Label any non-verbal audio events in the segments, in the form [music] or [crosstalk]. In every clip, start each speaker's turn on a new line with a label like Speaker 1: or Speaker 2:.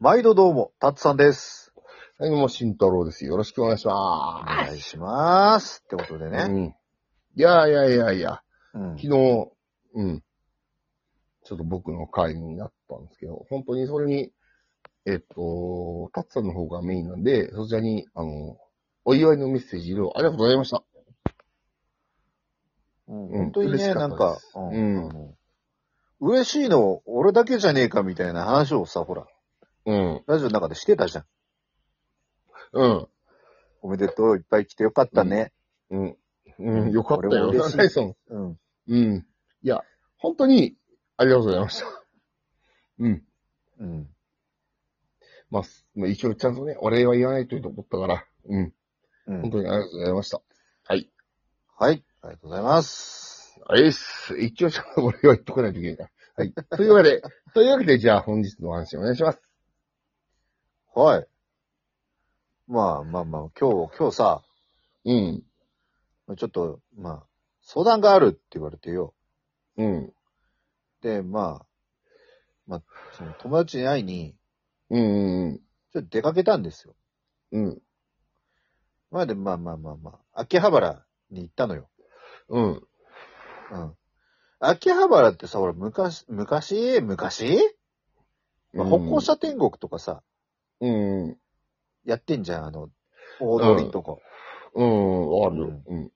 Speaker 1: 毎度どうも、たつさんです。
Speaker 2: はい、どうも、慎太郎です。よろしくお願いし
Speaker 1: お
Speaker 2: ま。
Speaker 1: 願いします。ってことですね。
Speaker 2: うん。いやいやいやいや、
Speaker 1: うん
Speaker 2: 昨日、うん。ちょっと僕の会になったんですけど、本当にそれに、えっと、タッツさんの方がメインなんで、そちらに、あの、お祝いのメッセージいろいろありがとうございました。
Speaker 1: うん
Speaker 2: うん
Speaker 1: 本当に
Speaker 2: 嬉
Speaker 1: ね、
Speaker 2: しか
Speaker 1: な
Speaker 2: っ
Speaker 1: ん
Speaker 2: た
Speaker 1: か
Speaker 2: です、
Speaker 1: あの嬉しいの、俺だけじゃねえかみたいな話をさ、ほら、
Speaker 2: うん。
Speaker 1: ラジオの中でしてたじゃん。
Speaker 2: うん。
Speaker 1: おめでとう、いっぱい来てよかったね。
Speaker 2: うん。うん。よかった
Speaker 1: 俺も
Speaker 2: よ。
Speaker 1: 嬉しい
Speaker 2: ナイスオ
Speaker 1: うん。
Speaker 2: ンうん。いや、本当に、ありがとうございました。うん。
Speaker 1: うん。
Speaker 2: まあ、まあ一応ちゃんとね、お礼は言わないとと思ったから、うん。
Speaker 1: うん
Speaker 2: 本当にありがとうございました。はい。
Speaker 1: はい。ありがとうございます。
Speaker 2: あれっす。一応ちょっとこれは言っとかないといけないから。はい。というわけで、というわけで、じゃあ本日のお話お願いします。
Speaker 1: はい。まあまあまあ、今日、今日さ、
Speaker 2: うん。
Speaker 1: ちょっと、まあ、相談があるって言われてよ。
Speaker 2: うん。
Speaker 1: で、まあ、まあ、その友達に会いに、
Speaker 2: うん。
Speaker 1: ちょっと出かけたんですよ。
Speaker 2: うん。
Speaker 1: まあで、まあまあまあまあ、秋葉原に行ったのよ。
Speaker 2: うん。
Speaker 1: うん。秋葉原ってさ、俺、昔、昔、昔、まあ、歩行者天国とかさ、
Speaker 2: うん。
Speaker 1: やってんじゃん、あの、大通りのとこ。
Speaker 2: うん。ある。うん。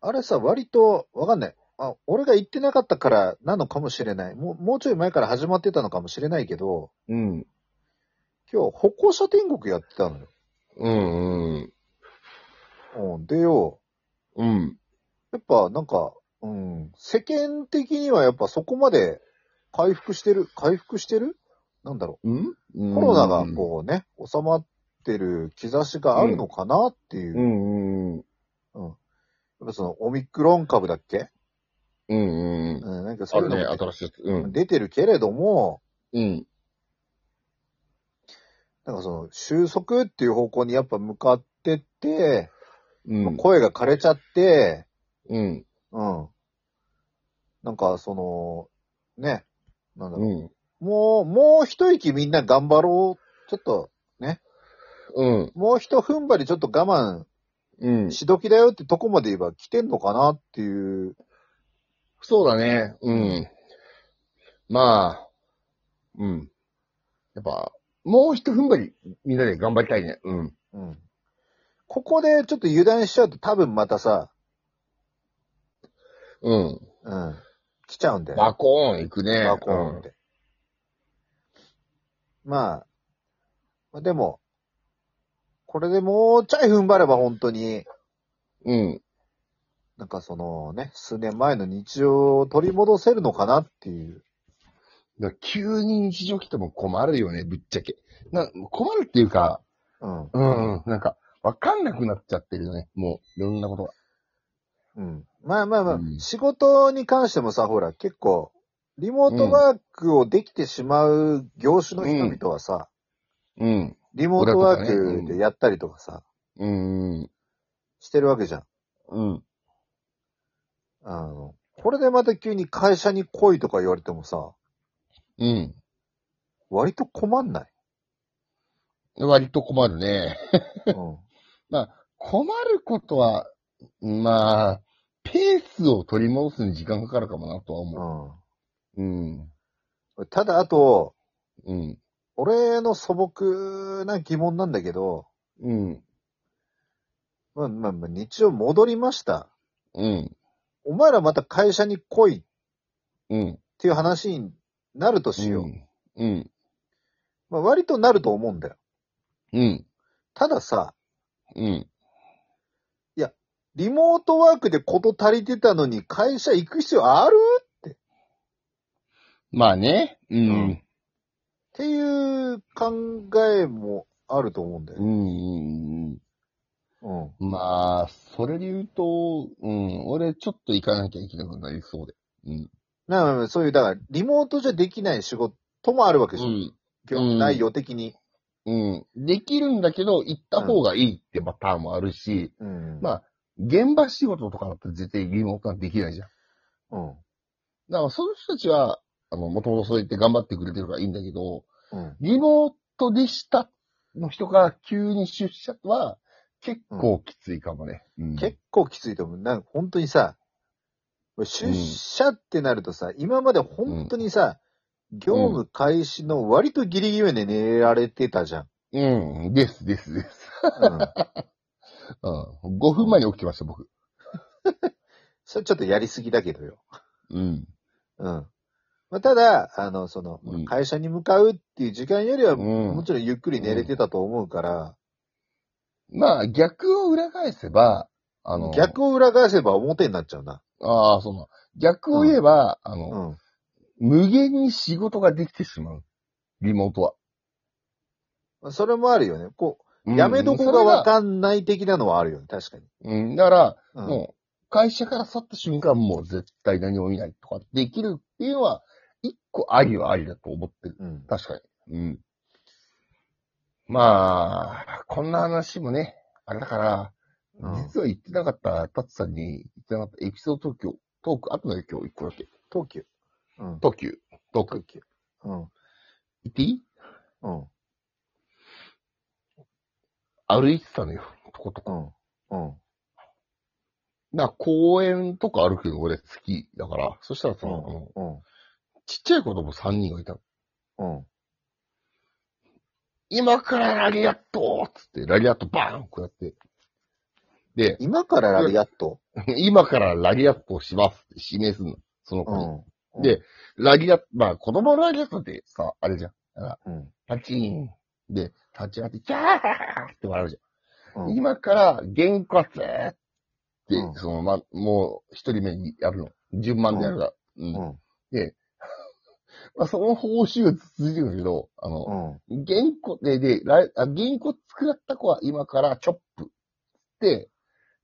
Speaker 1: あれさ、割と、わかんない。あ、俺が行ってなかったからなのかもしれない。もう、もうちょい前から始まってたのかもしれないけど、
Speaker 2: うん。
Speaker 1: 今日、歩行者天国やってたのよ。
Speaker 2: うん。
Speaker 1: うん。でよ、
Speaker 2: うん。
Speaker 1: やっぱなんか、うん、世間的にはやっぱそこまで回復してる、回復してるなんだろ
Speaker 2: うん。
Speaker 1: う。コロナがこうね、収まってる兆しがあるのかなっていう。
Speaker 2: う
Speaker 1: やっ
Speaker 2: ん。うん。
Speaker 1: ぱそのオミクロン株だっけ
Speaker 2: うん。うん。
Speaker 1: うん、なんかそ
Speaker 2: あ
Speaker 1: ういう
Speaker 2: る
Speaker 1: の
Speaker 2: ね、
Speaker 1: も
Speaker 2: 新しいやつ。うん。
Speaker 1: 出てるけれども、
Speaker 2: うん。
Speaker 1: なんかその収束っていう方向にやっぱ向かってって、
Speaker 2: うん。
Speaker 1: 声が枯れちゃって、
Speaker 2: うん。
Speaker 1: うん。なんかその、ね、なんだろう
Speaker 2: うん。
Speaker 1: もう、もう一息みんな頑張ろう。ちょっと、
Speaker 2: うん。
Speaker 1: もう一踏ん張りちょっと我
Speaker 2: うん
Speaker 1: 慢。しどきだよってとこまで言えば来てんのかなっていう。
Speaker 2: そうだね。うん。まあ、うん。やっぱ、もう一踏ん張り、みんなで頑張りたいね。うん。
Speaker 1: うん。ここでちょっと油断しちゃうと多分またさ、
Speaker 2: うん。
Speaker 1: うん。来ちゃうんだよね。
Speaker 2: バコーン行くね。
Speaker 1: バコーンって。まあ、まあでも、これでもうちょい踏ん張れば本当に、
Speaker 2: うん。
Speaker 1: なんかそのね、数年前の日常を取り戻せるのかなっていう。
Speaker 2: だから急に日常来ても困るよね、ぶっちゃけ。な困るっていうか、
Speaker 1: うん。
Speaker 2: うん、なんか、わかんなくなっちゃってるよね。もう、いろんなことが。
Speaker 1: うんまあまあまあ、
Speaker 2: うん
Speaker 1: 仕事に関してもさ、ほら、結構、リモートワークをできてしまう業種の人々はさ、
Speaker 2: うん。
Speaker 1: リモートワ
Speaker 2: 俺とかね
Speaker 1: ー
Speaker 2: うん
Speaker 1: クでやったりとかさ、
Speaker 2: うん。
Speaker 1: してるわけじゃん。
Speaker 2: うん。
Speaker 1: あの、これでまた急に会社に来いとか言われてもさ、
Speaker 2: うん。
Speaker 1: 割と困ん [laughs] ない。
Speaker 2: 割と困るね。
Speaker 1: うん。
Speaker 2: 困ることは、まあ、ペースを取り戻すに時間かかるかもなとは思う。うん。
Speaker 1: うん、ただ、あと、
Speaker 2: うん。
Speaker 1: 俺の素朴な疑問なんだけど、
Speaker 2: うん。
Speaker 1: まあまあまあ、日曜戻りました。
Speaker 2: うん。
Speaker 1: お前らまた会社に来いっ
Speaker 2: うん。
Speaker 1: ていう話になるとしよう。
Speaker 2: うん。
Speaker 1: まあ、割となると思うんだよ。
Speaker 2: うん。
Speaker 1: たださ、
Speaker 2: うん。
Speaker 1: リモートワークでこと足りてたのに会社行く必要あるっ
Speaker 2: まあね。うん。
Speaker 1: ていう考えもあると思うんだよ
Speaker 2: う
Speaker 1: ね。
Speaker 2: ん。
Speaker 1: うん。
Speaker 2: まあ、それで言うと、うん、俺ちょっと行かなきゃいけなくなりそうで。うん。
Speaker 1: なあまあそういう、だから、リモートじゃできない仕事もあるわけでしょ。業
Speaker 2: うん
Speaker 1: 内容的に。
Speaker 2: うん。うん。できるんだけど、行った方がいいってパターンもあるし、
Speaker 1: うん。
Speaker 2: まあ、現場仕事とかだったら絶対リモートはできないじゃん。
Speaker 1: うん。
Speaker 2: だから、その人たちは、あの、もともとそう言って頑張ってくれてるからいいんだけど、
Speaker 1: うん。
Speaker 2: リモートでしたの人が急に出社は、結構きついかもね。うん
Speaker 1: 結構きついと思う。なんか本当にさ、出社ってなるとさ、今まで本当にさ、業務開始の割とギリギリまで寝られてたじゃん。
Speaker 2: うん、です、です、です。 [laughs]
Speaker 1: うん。
Speaker 2: うん。5分前に起きてました、僕。
Speaker 1: それちょっとやりすぎだけどよ。
Speaker 2: うん。
Speaker 1: うん。まあ、ただ、あの、その
Speaker 2: うん、
Speaker 1: 会社に向かうっていう時間よりは、
Speaker 2: うん
Speaker 1: もちろんゆっくり寝れてたと思うから、
Speaker 2: まあ、逆を裏返せば、あの、
Speaker 1: 逆を裏返せば表になっちゃうな。
Speaker 2: ああ、その、逆を言えば、あ
Speaker 1: う
Speaker 2: の、
Speaker 1: ん。
Speaker 2: 無限に仕事ができてしまう。リモートは。
Speaker 1: まあそれもあるよね。こ
Speaker 2: う
Speaker 1: う、
Speaker 2: ん
Speaker 1: やめどこがわかんない的なのはあるよね。確かに。
Speaker 2: それがうん、だから、
Speaker 1: うん。
Speaker 2: もう、会社から去った瞬間、もう絶対何も見ないとかできるっていうのは、一個ありはありだと思ってる。
Speaker 1: うん。
Speaker 2: 確かに。うん。まあ、こんな話もね、あれだから、
Speaker 1: うん
Speaker 2: 実は言ってなかった、タツさんに言ってなかったエピソードトーク、トーク、あとだよ、今日一個だけ。
Speaker 1: 東急。うん。
Speaker 2: トーク、トーク。
Speaker 1: 東急。うん。
Speaker 2: 言っていい
Speaker 1: うん。
Speaker 2: 歩いてたのよ、とこと
Speaker 1: う
Speaker 2: こ。
Speaker 1: ん。うん。
Speaker 2: な、公園とか歩くの俺好きだから、そしたらさ、あの
Speaker 1: うん。
Speaker 2: ちっちゃい子供3人がいたの。
Speaker 1: うん。
Speaker 2: 今からラリアットっつって、ラリアットバーンこうやって。で、 [laughs]
Speaker 1: 今からラリアット。
Speaker 2: 今からラリアットをしますって指名するの。その子に。
Speaker 1: うん。
Speaker 2: で、ラリアット、まあ子供のラリアットってさ、あれじゃん。
Speaker 1: うん。
Speaker 2: パチーン。で、立ち上がって、キャーって笑うじ
Speaker 1: う
Speaker 2: ゃん。
Speaker 1: ん。
Speaker 2: 今から、原発って、
Speaker 1: うん
Speaker 2: その、ま、もう一人目にやるの。順番でやるから。うん。
Speaker 1: うん。
Speaker 2: まあ、その報酬が続いてるんだけど、あの、
Speaker 1: うん。
Speaker 2: 原稿で、で、ラあ原稿作った子は今からチョップって、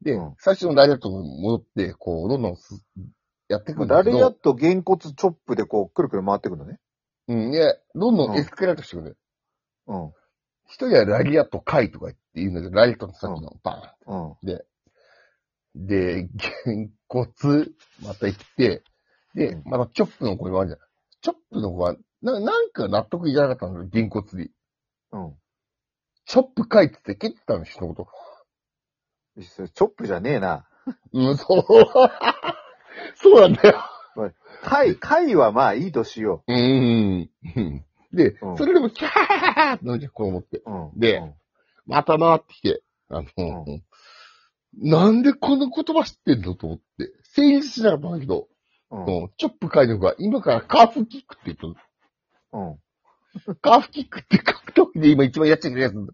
Speaker 2: で、
Speaker 1: うん
Speaker 2: 最初のラリアットに戻って、こう、どんどんすやっていくん
Speaker 1: ラ
Speaker 2: だけ
Speaker 1: リ
Speaker 2: ど、
Speaker 1: アット、げんこつ、チョップでこう、くるくる回ってくるのね。
Speaker 2: うん、いや、どんど
Speaker 1: うんん
Speaker 2: エスカレートしてくるのよ。
Speaker 1: うん。
Speaker 2: 一人はラリアット回とか言って言うんだけど、ラリアットの先の、バ
Speaker 1: うん。
Speaker 2: ーン。で、原骨、また行って、で
Speaker 1: うん、
Speaker 2: またチョップの子にもあるじゃん。チョップの子は、ななんか納得いかなかったんだよ、原骨に。
Speaker 1: うん。
Speaker 2: チョップ回って言って蹴ってたの、人のこと。
Speaker 1: それチョップじゃねえな。
Speaker 2: うん、そう。 [laughs] そうなんだよ。
Speaker 1: 貝、貝はまあいいとしよ
Speaker 2: うん。で、
Speaker 1: うん
Speaker 2: それでも、キャーってなんじゃん、こう思って。
Speaker 1: う。うん。
Speaker 2: で
Speaker 1: うん
Speaker 2: また回ってきて、あの、なんでこの言葉知ってんのと思って。成立しなかったんだけど、
Speaker 1: うん。
Speaker 2: うんチョップ解読が今からカーフキックって言っ
Speaker 1: うん。
Speaker 2: たの。カーフキックって格闘技で今一番やっちゃいけないやつなんだ。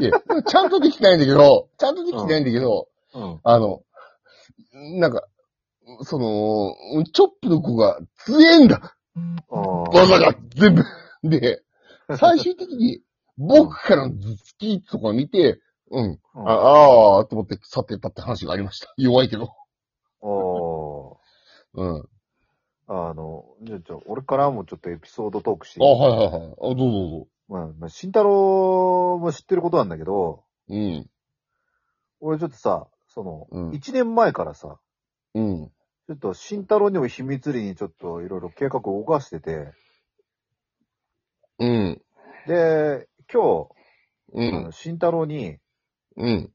Speaker 2: で、でもちゃんとできてないんだけど、ちゃんとできてないんだけど、
Speaker 1: うん。
Speaker 2: あの、なんか、その、チョップの子が強えんだ技が全部。で、最終的に、僕からの頭突きとか見て、うん、あ
Speaker 1: あ
Speaker 2: あー、と思って去ってったって話がありました。 [laughs] 弱いけど。
Speaker 1: お
Speaker 2: うん。あ、
Speaker 1: あの、じゃあ、じゃあ俺からもちょっとエピソードトークしていい
Speaker 2: はいはいはい。あ、どうぞどうぞ。
Speaker 1: まあ、まあ、慎太郎も知ってることなんだけど、
Speaker 2: うん。
Speaker 1: 俺ちょっとさ、その、
Speaker 2: うん。
Speaker 1: 一年前からさ、
Speaker 2: うん。
Speaker 1: ちょっと慎太郎にも秘密裏にちょっといろいろ計画を動かしてて、
Speaker 2: うん。
Speaker 1: で、今
Speaker 2: う
Speaker 1: 日、あ
Speaker 2: ん
Speaker 1: の。慎太郎に、
Speaker 2: うん。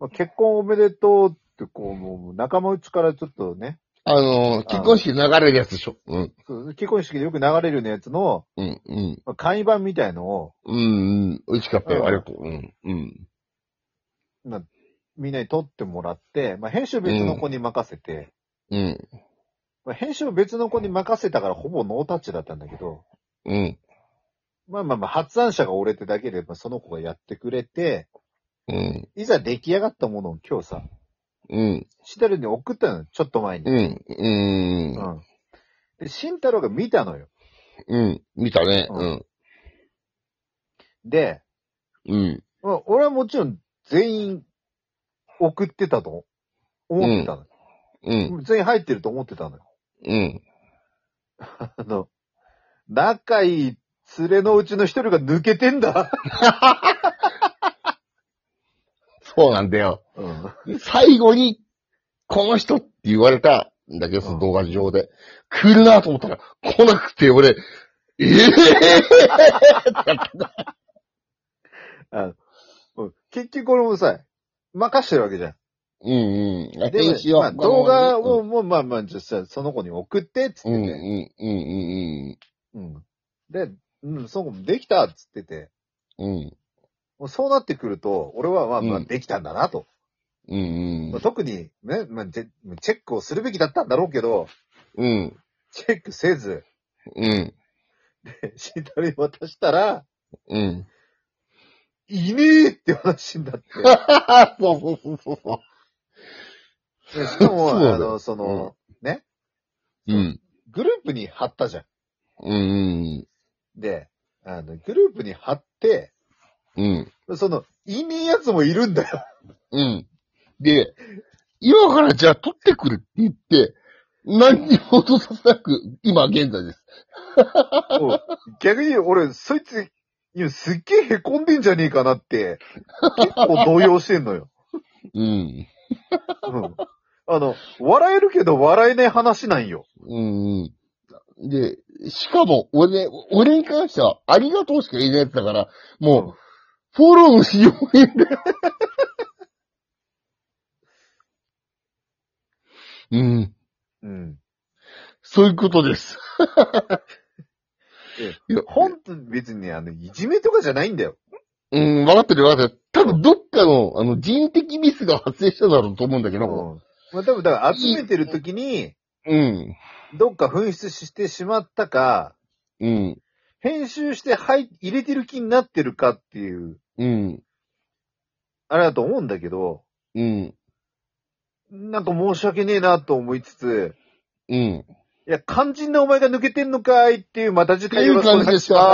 Speaker 1: まあ、結婚おめでとうって、こう、もう仲間内からちょっとね、
Speaker 2: あのー、結婚式流れるやつでしょ。うん。
Speaker 1: そう結婚式でよく流れるようなやつの、
Speaker 2: うん。うん。
Speaker 1: まあ、簡易版みたいのを、
Speaker 2: うん。うん美味しかった
Speaker 1: う
Speaker 2: よ。
Speaker 1: ん
Speaker 2: ありがとう。うん。うん。
Speaker 1: なみんなに撮ってもらって、まあ、編集別の子に任せて、
Speaker 2: うん。
Speaker 1: まあ、編集を別の子に任せたからほぼノータッチだったんだけど、
Speaker 2: うん。
Speaker 1: まあまあまあ、発案者が俺ってだけで、まあ、その子がやってくれて、
Speaker 2: うん。
Speaker 1: いざ出来上がったものを今日さ、
Speaker 2: うん。
Speaker 1: シタルに送ったのよ、ちょっと前に。
Speaker 2: うん。うん。うん。
Speaker 1: ん。で、慎太郎が見たのよ。
Speaker 2: うん。見たね。うん。
Speaker 1: で、
Speaker 2: うん。
Speaker 1: まあ、俺はもちろん全員送ってたと思ってたの、
Speaker 2: うん。
Speaker 1: 全員入ってると思ってたのよ。 [laughs]
Speaker 2: うん。
Speaker 1: あの、仲いい連れのうちの一人が抜けてんだ。
Speaker 2: そうなんだよ。
Speaker 1: うん。 [laughs]
Speaker 2: 最後に、この人って言われただけど、そ
Speaker 1: うん
Speaker 2: の動画上で、来るなと思ったら、来なくて、俺、ええ
Speaker 1: あうん結局俺もさ、任してるわけじゃん。
Speaker 2: うんうん。
Speaker 1: で
Speaker 2: 一
Speaker 1: も、
Speaker 2: 応
Speaker 1: まあ、動画を、、もう、まあまあ、じゃあさその子に送って、っつっ
Speaker 2: うん
Speaker 1: て
Speaker 2: うん
Speaker 1: て。
Speaker 2: うんうん
Speaker 1: うん。で、うん、その子できた、っつってて。
Speaker 2: うん。うん。
Speaker 1: もうそうなってくると、俺はまあま
Speaker 2: う
Speaker 1: あ
Speaker 2: ん
Speaker 1: できたんだなと。
Speaker 2: うん
Speaker 1: まあ、特にね、まあ、チェチェックをするべきだったんだろうけど、
Speaker 2: うん。うん。
Speaker 1: チェックせず、 [laughs]
Speaker 2: うん。
Speaker 1: しんたり渡したら、
Speaker 2: うん。
Speaker 1: いねえって話になって。
Speaker 2: [laughs] そうそうそうそうそ
Speaker 1: でしかも、
Speaker 2: そうだよ
Speaker 1: あの、その、ね、
Speaker 2: う。うん。
Speaker 1: グループに貼ったじゃん。
Speaker 2: うん
Speaker 1: で、あの、グループに貼って、
Speaker 2: うん。うん。
Speaker 1: その、いねえやつもいるんだよ。
Speaker 2: うん。で、今からじゃあ撮ってくるって言って、何にも落とさなく、今現在です。
Speaker 1: うん逆に俺、そいつ、いや、すっげえ凹んでんじゃねえかなって、結構動揺してんのよ。
Speaker 2: うん。
Speaker 1: うん。あの、笑えるけど笑えない話なんよ。
Speaker 2: うんうん。で、しかも、俺、俺に関しては、ありがとうしか言えないやつだから、もう、フォローのしようがないんだよ。 [laughs] うん。
Speaker 1: うん。
Speaker 2: そういうことです。いや
Speaker 1: ほんと別にあの、いじめとかじゃないんだよ。
Speaker 2: うん、わかってるわかってる。多分、どっかの、あの、人的ミスが発生したんだろうと思うんだけ
Speaker 1: う
Speaker 2: ど。
Speaker 1: ん。まあ多分、だから集めてる時に、
Speaker 2: うん。
Speaker 1: どっか紛失してしまったか、
Speaker 2: うん。
Speaker 1: 編集して入入れてる気になってるかっていう、
Speaker 2: うん。
Speaker 1: あれだと思うんだけど、
Speaker 2: うん。
Speaker 1: なんか申し訳ねえなと思いつつ、
Speaker 2: うん。
Speaker 1: いや、肝心なお前が抜けてんのかいっていう、また次
Speaker 2: って
Speaker 1: 回
Speaker 2: い
Speaker 1: よろ
Speaker 2: う
Speaker 1: しくお
Speaker 2: 感じ
Speaker 1: 願
Speaker 2: で
Speaker 1: い
Speaker 2: し
Speaker 1: します
Speaker 2: た。